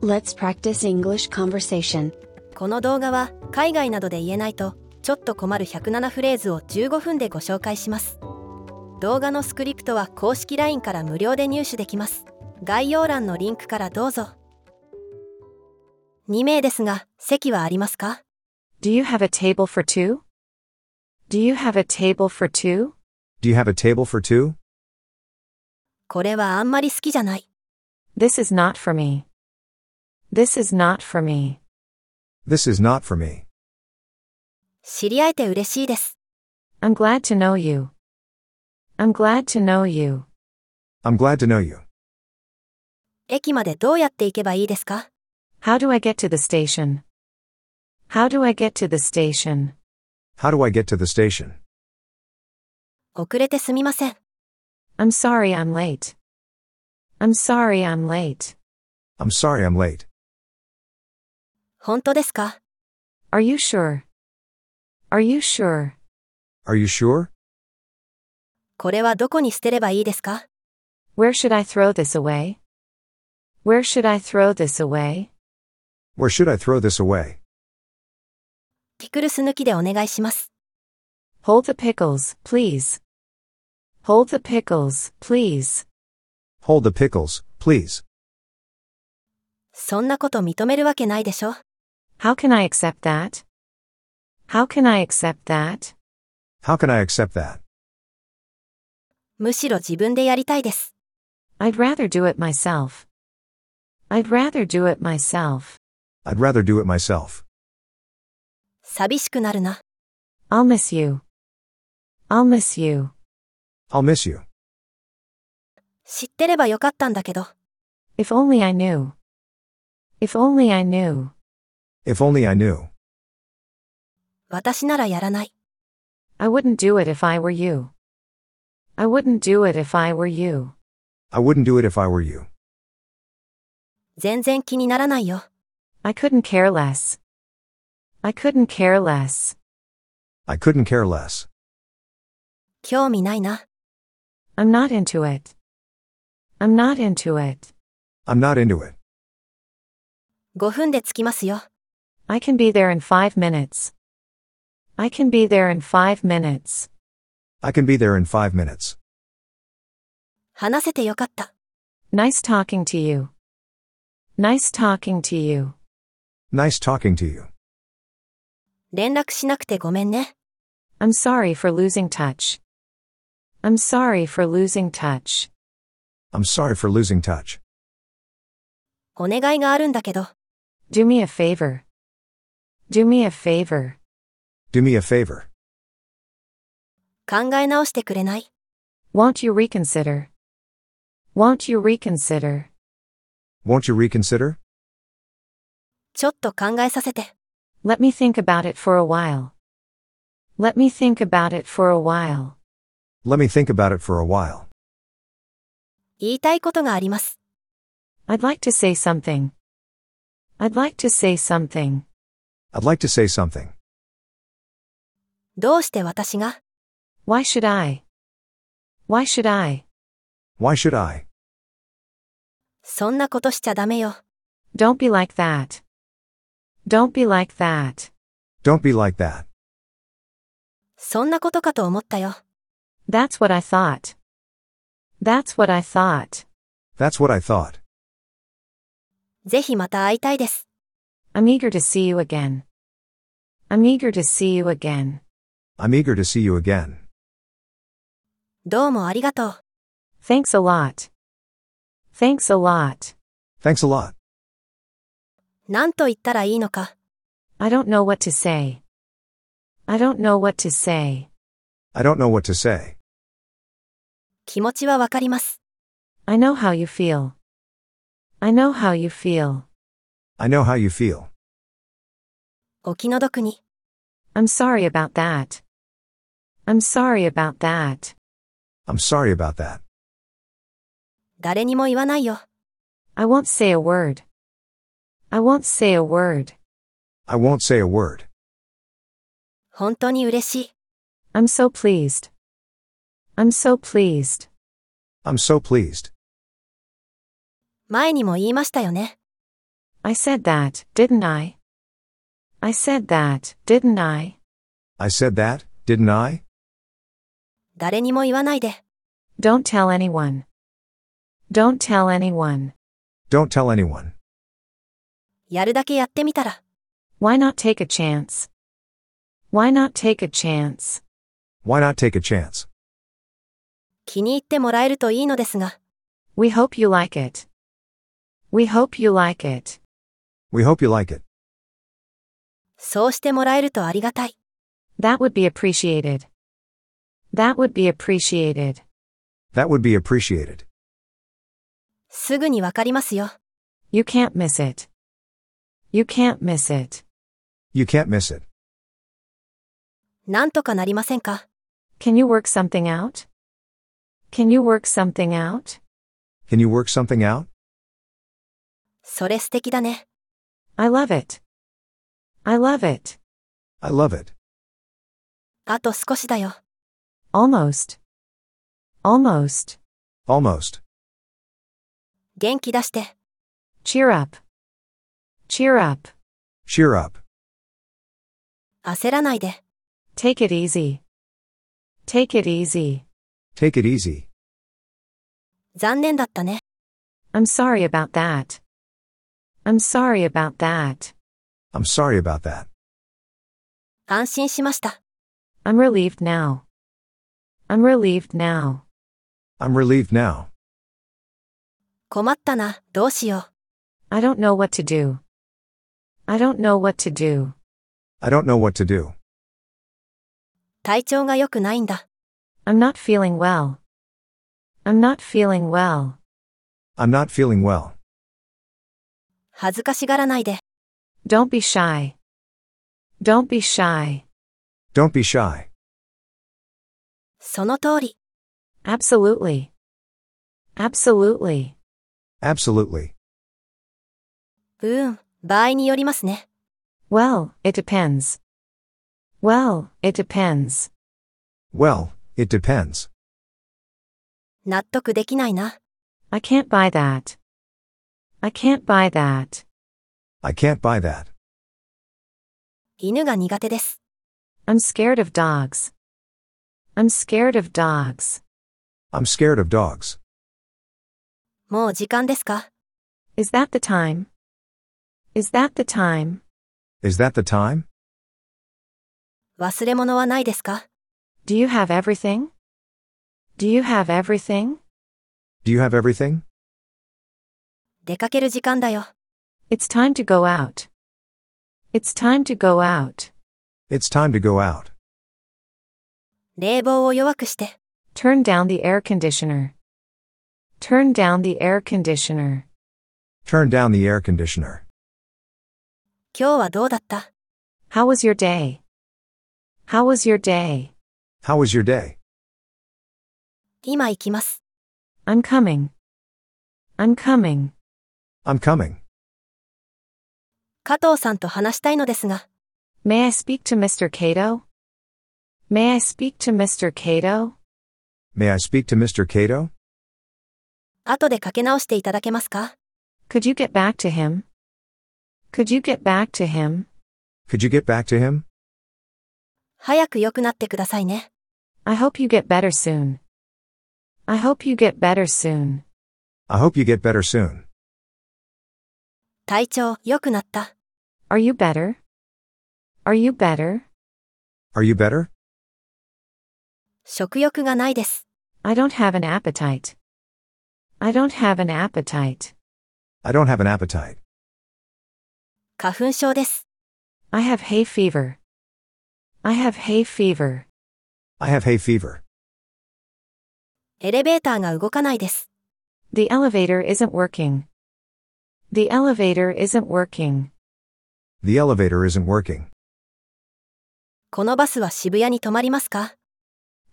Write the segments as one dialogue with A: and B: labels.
A: Let's practice English conversation.
B: この動画は海外などで言えないとちょっと困る107フレーズを15分でご紹介します動画のスクリプトは公式 LINE から無料で入手できます概要欄のリンクからどうぞ2名ですが席はありますか
C: Do you have a table for two? Do you have a table for two?
D: Do you have a table for two?
B: これはあんまり好きじゃない
C: This is not for me. This is not for me.
D: This is not for me.
B: 知り合えて嬉しいです
C: I'm glad to know you. I'm glad to know you.
D: I'm glad to know you.
B: 駅までどうやって行けばいいですか
C: How do I get to the station? How do I get to the station?
D: How do I get to the station?
B: 遅れてすみません
C: I'm sorry I'm late. I'm sorry I'm late.
D: I'm sorry I'm late.
B: 本当ですか
C: Are you sure? Are you sure?
D: Are you sure?
B: これはどこに捨てればいいですか
C: Where should I throw this away? Where should I throw this away?
D: Where should I throw this away?
B: ピクルス抜きでお願いします
C: Hold the pickles, please. Hold the pickles, please.
D: Hold the pickles, please.
B: そんなこと認めるわけないでしょ
C: How can I accept that? How can I accept that?
D: How can I accept that?
B: むしろ自分でやりたいです。
C: I'd rather do it myself. I'd rather do it myself.
D: I'd rather do it myself.
B: 寂しくなるな。
C: I'll miss you. I'll miss you.
D: I'll miss you.
B: 知ってればよかったんだけど。
C: If only I knew. If only I knew.
D: If only I knew.
B: 私ならやらない。
C: I wouldn't do it if I were you. I wouldn't do it if I were you.
D: I wouldn't do it if I were you.
B: 全然気にならないよ。
C: I couldn't care less. I couldn't care less.
D: I couldn't care less.
B: 興味ないな。
C: I'm not into it. I'm not into it.
D: I'm not into it.
B: 5分で着きますよ。
C: I can be there in five minutes. I can be there in five minutes.
D: I can be there in five minutes.
B: 話せてよかった。
C: Nice talking to you. Nice talking to you.
D: Nice talking to you.
B: 連絡しなくてごめんね。
C: I'm sorry for losing touch. I'm sorry for losing touch.
D: I'm sorry for losing touch.
B: お願いがあるんだけど。
C: Do me a favor. Do me a favor.
D: Do me a favor.
B: 考え直してくれない。
C: Won't you reconsider? Won't you reconsider?
D: Won't you reconsider?
B: ちょっと考えさせて。
C: Let me think about it for a while. Let me think about it for a while.
D: Let me think about it for a while.
B: 言いたいことがあります。
C: I'd like to say something. I'd like to say something.
D: I'd like to say something.
B: どうして私が
C: Why should I? Why should I?
D: Why should I?
B: そんなことしちゃダメよ。
C: Don't be like that. Don't be like that.
D: Don't be like that.
B: そんなことかと思ったよ。
C: That's what I thought. That's what I thought.
D: That's what I thought.
B: ぜひまた会いたいです。
C: I'm eager to see you again. I'm eager to see you again.
D: I'm eager to see you again.
B: どうもありがとう。
C: Thanks a lot. Thanks a lot.
D: Thanks a lot.
B: 何と言ったらいいのか。
C: I don't know what to say. I don't know what to say.
D: I don't know what to say.
B: 気持ちはわかります。
C: I know how you feel. I know how you feel.
D: I know how you feel.
B: お気の毒に。
C: I'm sorry about that. I'm sorry about that.
D: I'm sorry about that.
B: 誰にも言わないよ。
C: I won't say a word. I won't say a word.
D: I won't say a word.
B: 本当に嬉しい。
C: I'm so pleased. I'm so pleased.
D: I'm so pleased.
B: 前にも言いましたよね。
C: I said that, didn't I? I said that, didn't I?
D: I said that, didn't I?
B: 誰にも言わないで。
C: Don't tell anyone. Don't tell anyone.
D: Don't tell anyone.
B: やるだけやってみたら。
C: Why not take a chance? Why not take a chance?
D: Why not take a chance?
B: 気に入ってもらえるといいのですが。
C: We hope you like it. We hope you like it.
D: We hope you like it.
B: そうしてもらえるとありがたい。
C: That would be appreciated. That would be appreciated.
D: That would be appreciated.
B: すぐにわかりますよ。
C: You can't miss it. You can't miss it.
D: You can't miss it.
B: なんとかなりませんか
C: Can you work something out? Can you work something out?
D: Can you work something out?
B: それ素敵だね。
C: I love it. I love it.
D: I love it.
B: あと少しだよ。
C: Almost. Almost.
D: Almost.
B: 元気出して。
C: Cheer up. Cheer up.
D: Cheer up.
B: 焦らないで。
C: Take it easy. Take it easy.
D: Take it easy.
B: 残念だったね。
C: I'm sorry about that. I'm sorry about that.
D: I'm sorry about that.
B: 安心しました。
C: I'm relieved now. I'm relieved now.
D: I'm relieved now.
B: 困ったな。どうしよう。
C: I don't know what to do. I don't know what to do.
D: I don't know what to do.
B: 体調が良くないんだ。
C: I'm not feeling well. I'm not feeling well.
D: I'm not feeling well.
B: 恥ずかしがらないで。
C: Don't be shy. Don't be shy.
D: Don't be shy.
B: その通り。
C: Absolutely. Absolutely.
D: Absolutely.
B: うーん。場合によりますね。
C: Well, it depends. Well, it depends.
D: Well, it depends.
B: 納得できないな。
C: I can't buy that. I can't buy that.
D: I can't buy that.
B: 犬が苦手です。
C: I'm scared of dogs. I'm scared of dogs.
D: I'm scared of dogs.
B: もう時間ですか
C: Is that the time? Is that the time?
D: Is that the time?
B: 忘れ物はないですか
C: Do you have everything? Do you have everything?
D: Do you have everything?
B: 出かける時間だよ。
C: It's time to go out. It's time to go out.
D: It's time to go out.
B: 冷房を弱くして。
C: Turn down the air conditioner. Turn down the air conditioner.
D: Turn down the air conditioner.
B: 今日はどうだった
C: How was your day? How was your day?
D: How was your day?
B: 今行きます。
C: I'm coming. I'm coming.
D: I'm coming.
B: 加藤さんと話したいのですが、
C: May I speak to Mr. Cato? May I speak to Mr. Cato?
D: May I speak to Mr. Cato?
B: 後でかけ直していただけますか
C: Could you get back to him? Could you get back to him?
D: Could you get back to him?
B: 早く良くなってくださいね。
C: I hope you get better soon. I hope you get better soon.
D: I hope you get better soon.
B: 体調、良くなった。
C: Are you better? Are you better?
D: Are you better?
B: 食欲がないです。
C: I don't have an appetite. I don't have an appetite.
D: I don't have an appetite.
B: 花粉症です。
C: I have hay fever. I have hay fever.
D: I have hay fever.
B: エレベーターが動かないです。
C: The elevator isn't working. The elevator isn't working.
D: The elevator isn't working.
B: このバスは渋谷に止まりますか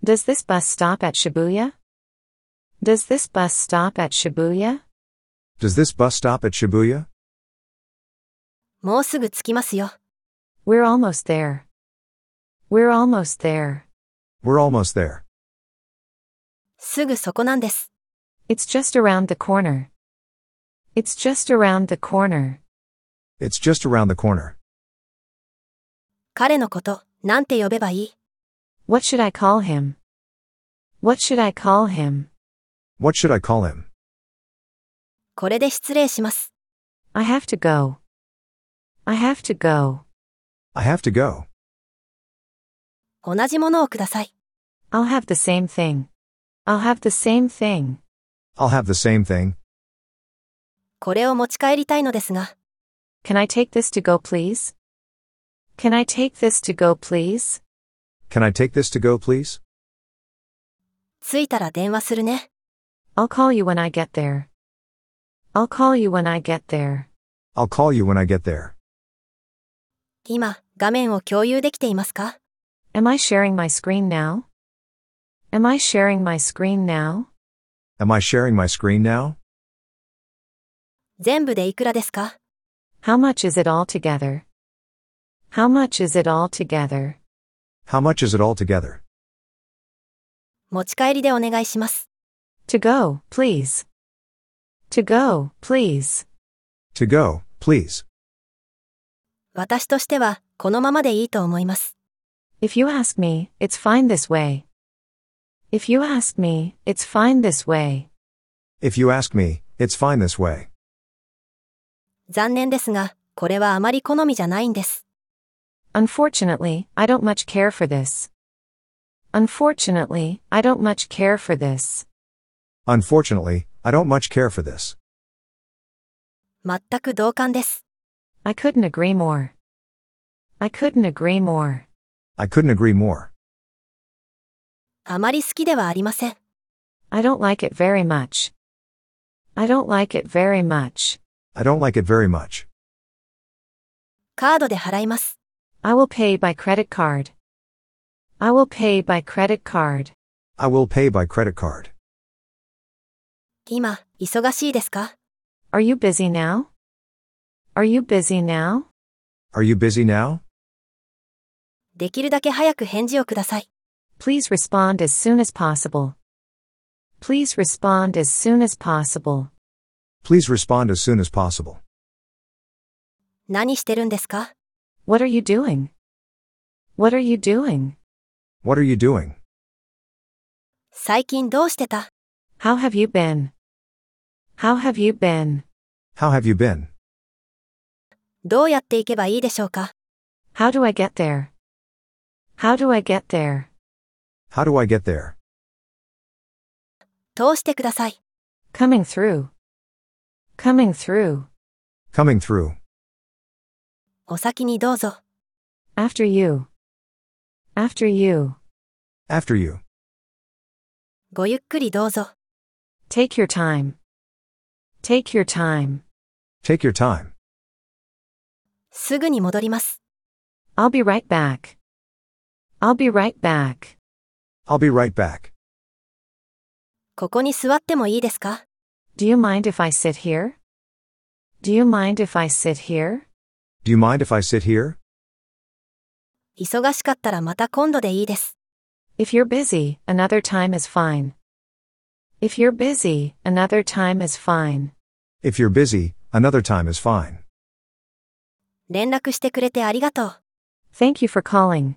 C: Does this bus stop at Shibuya? Does this bus stop at Shibuya?
D: Does this bus stop at Shibuya?
B: もうすぐ着きますよ。
C: We're almost there. We're almost there.
D: We're almost there.
B: すぐそこなんです。
C: It's just around the corner. It's just around the corner.
D: It's just around the corner.
B: 彼のこと、なんて呼べばいい
C: What should I call him? What should I call him?
D: What should I call him?
B: これで失礼します。
C: I have to go. I have to go.
D: I have to go.
B: 同じものをください。
C: I'll have the same thing. I'll have the same thing.
D: I'll have the same thing.
B: これを持ち帰りたいのですが、
C: Can I take this to go, please? Can I take this to go, please?
D: Can I take this to go, please?
B: 着いたら電話するね。
C: I'll call you when I get there. I'll call you when I get there.
D: I'll call you when I get there.
B: 今、画面を共有できていますか
C: Am I sharing my screen now? Am I sharing my screen now?
D: Am I sharing my screen now?
B: 全部でいくらですか
C: How much is it all together? How much is it all together?
D: How much is it all together?
B: 持ち帰りでお願いします。
C: To go, please. To go, please.
D: To go, please.
B: 私としては、このままでいいと思います。
C: If you ask me, it's fine this way. If you ask me, it's fine this way.
D: If you ask me, it's fine this way.
B: 残念ですが、これはあまり好みじゃないんです。
C: Unfortunately, I don't much care for this. Unfortunately, I don't much care for this.
D: Unfortunately, I don't much care for this.
B: 全く同感です。
C: I couldn't agree more. I couldn't agree more.
D: I couldn't agree more.
B: あまり好きではありません。
C: I don't like it very much. I don't like it very much.
D: I don't like it very much.
B: カードで払います。
C: I will pay by credit card. I will pay by credit card.
D: I will pay by credit card.
B: 今、忙しいですか
C: Are you busy now? Are you busy now?
D: Are you busy now?
B: できるだけ早く返事をください。
C: Please respond as soon as possible. Please respond as soon as possible.
D: Please respond as soon as possible.
B: 何してるんですか
C: What are you doing? What are you doing?
D: What are you doing?
B: 最近どうしてた
C: How have you been? How have you been?
D: How have you been?
B: どうやっていけばいいでしょうか
C: How do I get there? How do I get there?
D: How do I get there?
B: 通してください。
C: Coming through. Coming through.
D: Coming through.
B: お先にどうぞ。
C: After you. After you.
D: After you.
B: ごゆっくりどうぞ。
C: Take your time. Take your time.
D: Take your time.
B: すぐに戻ります。
C: I'll be right back. I'll be right back.
D: I'll be right back.
B: ここに座ってもいいですか
C: Do you mind if I sit here? Do you mind if I sit here?
D: Do you mind if I sit here?
B: 忙しかったらまた今度でいいです。
C: If you're busy, another time is fine. If you're busy, another time is fine.
D: If you're busy, another time is fine.
B: 連絡してくれてありがとう。
C: Thank you for calling.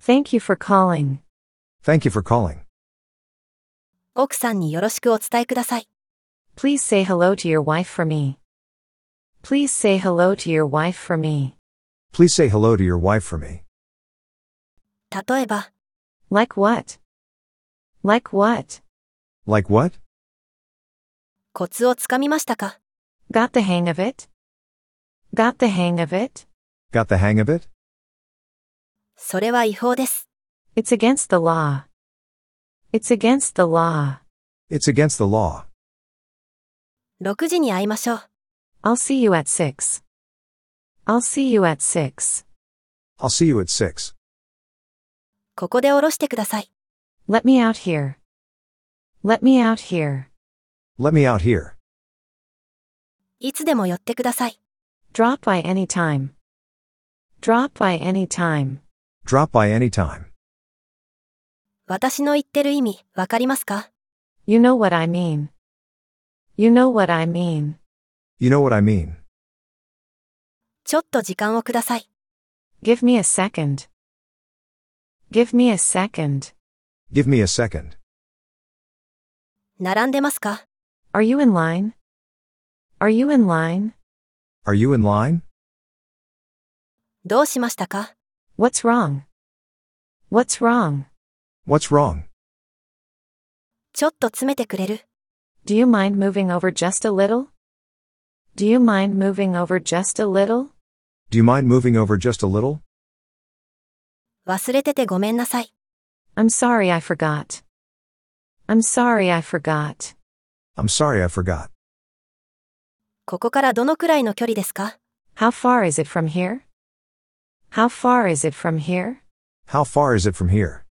C: Thank you for calling.
D: Thank you for calling.
B: 奥さんによろしくお伝えください。
C: Please say hello to your wife for me. Please say hello to your wife for me.
D: Please say hello to your wife for me.
B: 例えば、
C: Like what? Like what?
D: Like what?
B: コツをつかみましたか
C: Got the hang of it? Got the hang of it?
D: Got the hang of it?
B: それは違法です。
C: It's against the law. It's against the law.
D: It's against the law.
B: 6時に会いましょう。
C: I'll see you at 6. I'll see you at 6.
D: I'll see you at 6.
B: ここで降ろしてください。
C: Let me out here. Let me out here.
D: Let me out here.
B: いつでも寄ってください。
C: Drop by any time. Drop by any time.
D: Drop by any time.
B: 私の言ってる意味、わかりますか
C: You know what I mean. You know what I mean.
D: You know what I mean.
B: ちょっと時間をください。
C: Give me a second. Give me a second.
D: Give me a second.
B: 並んでますか
C: Are you in line? Are you in line?
D: Are you in line?
B: どうしましたか
C: What's wrong? What's wrong?
D: What's wrong?
B: ちょっと詰めてくれる
C: Do you mind moving over just a little? Do you mind moving over just a little?
D: Do you mind moving over just a little?
B: 忘れててごめんなさい。
C: I'm sorry I forgot. I'm sorry I forgot.
D: I'm sorry I forgot.
B: ここからどのくらいの距離ですか
C: How far is it from here? How far is it from here?
D: How far is it from here?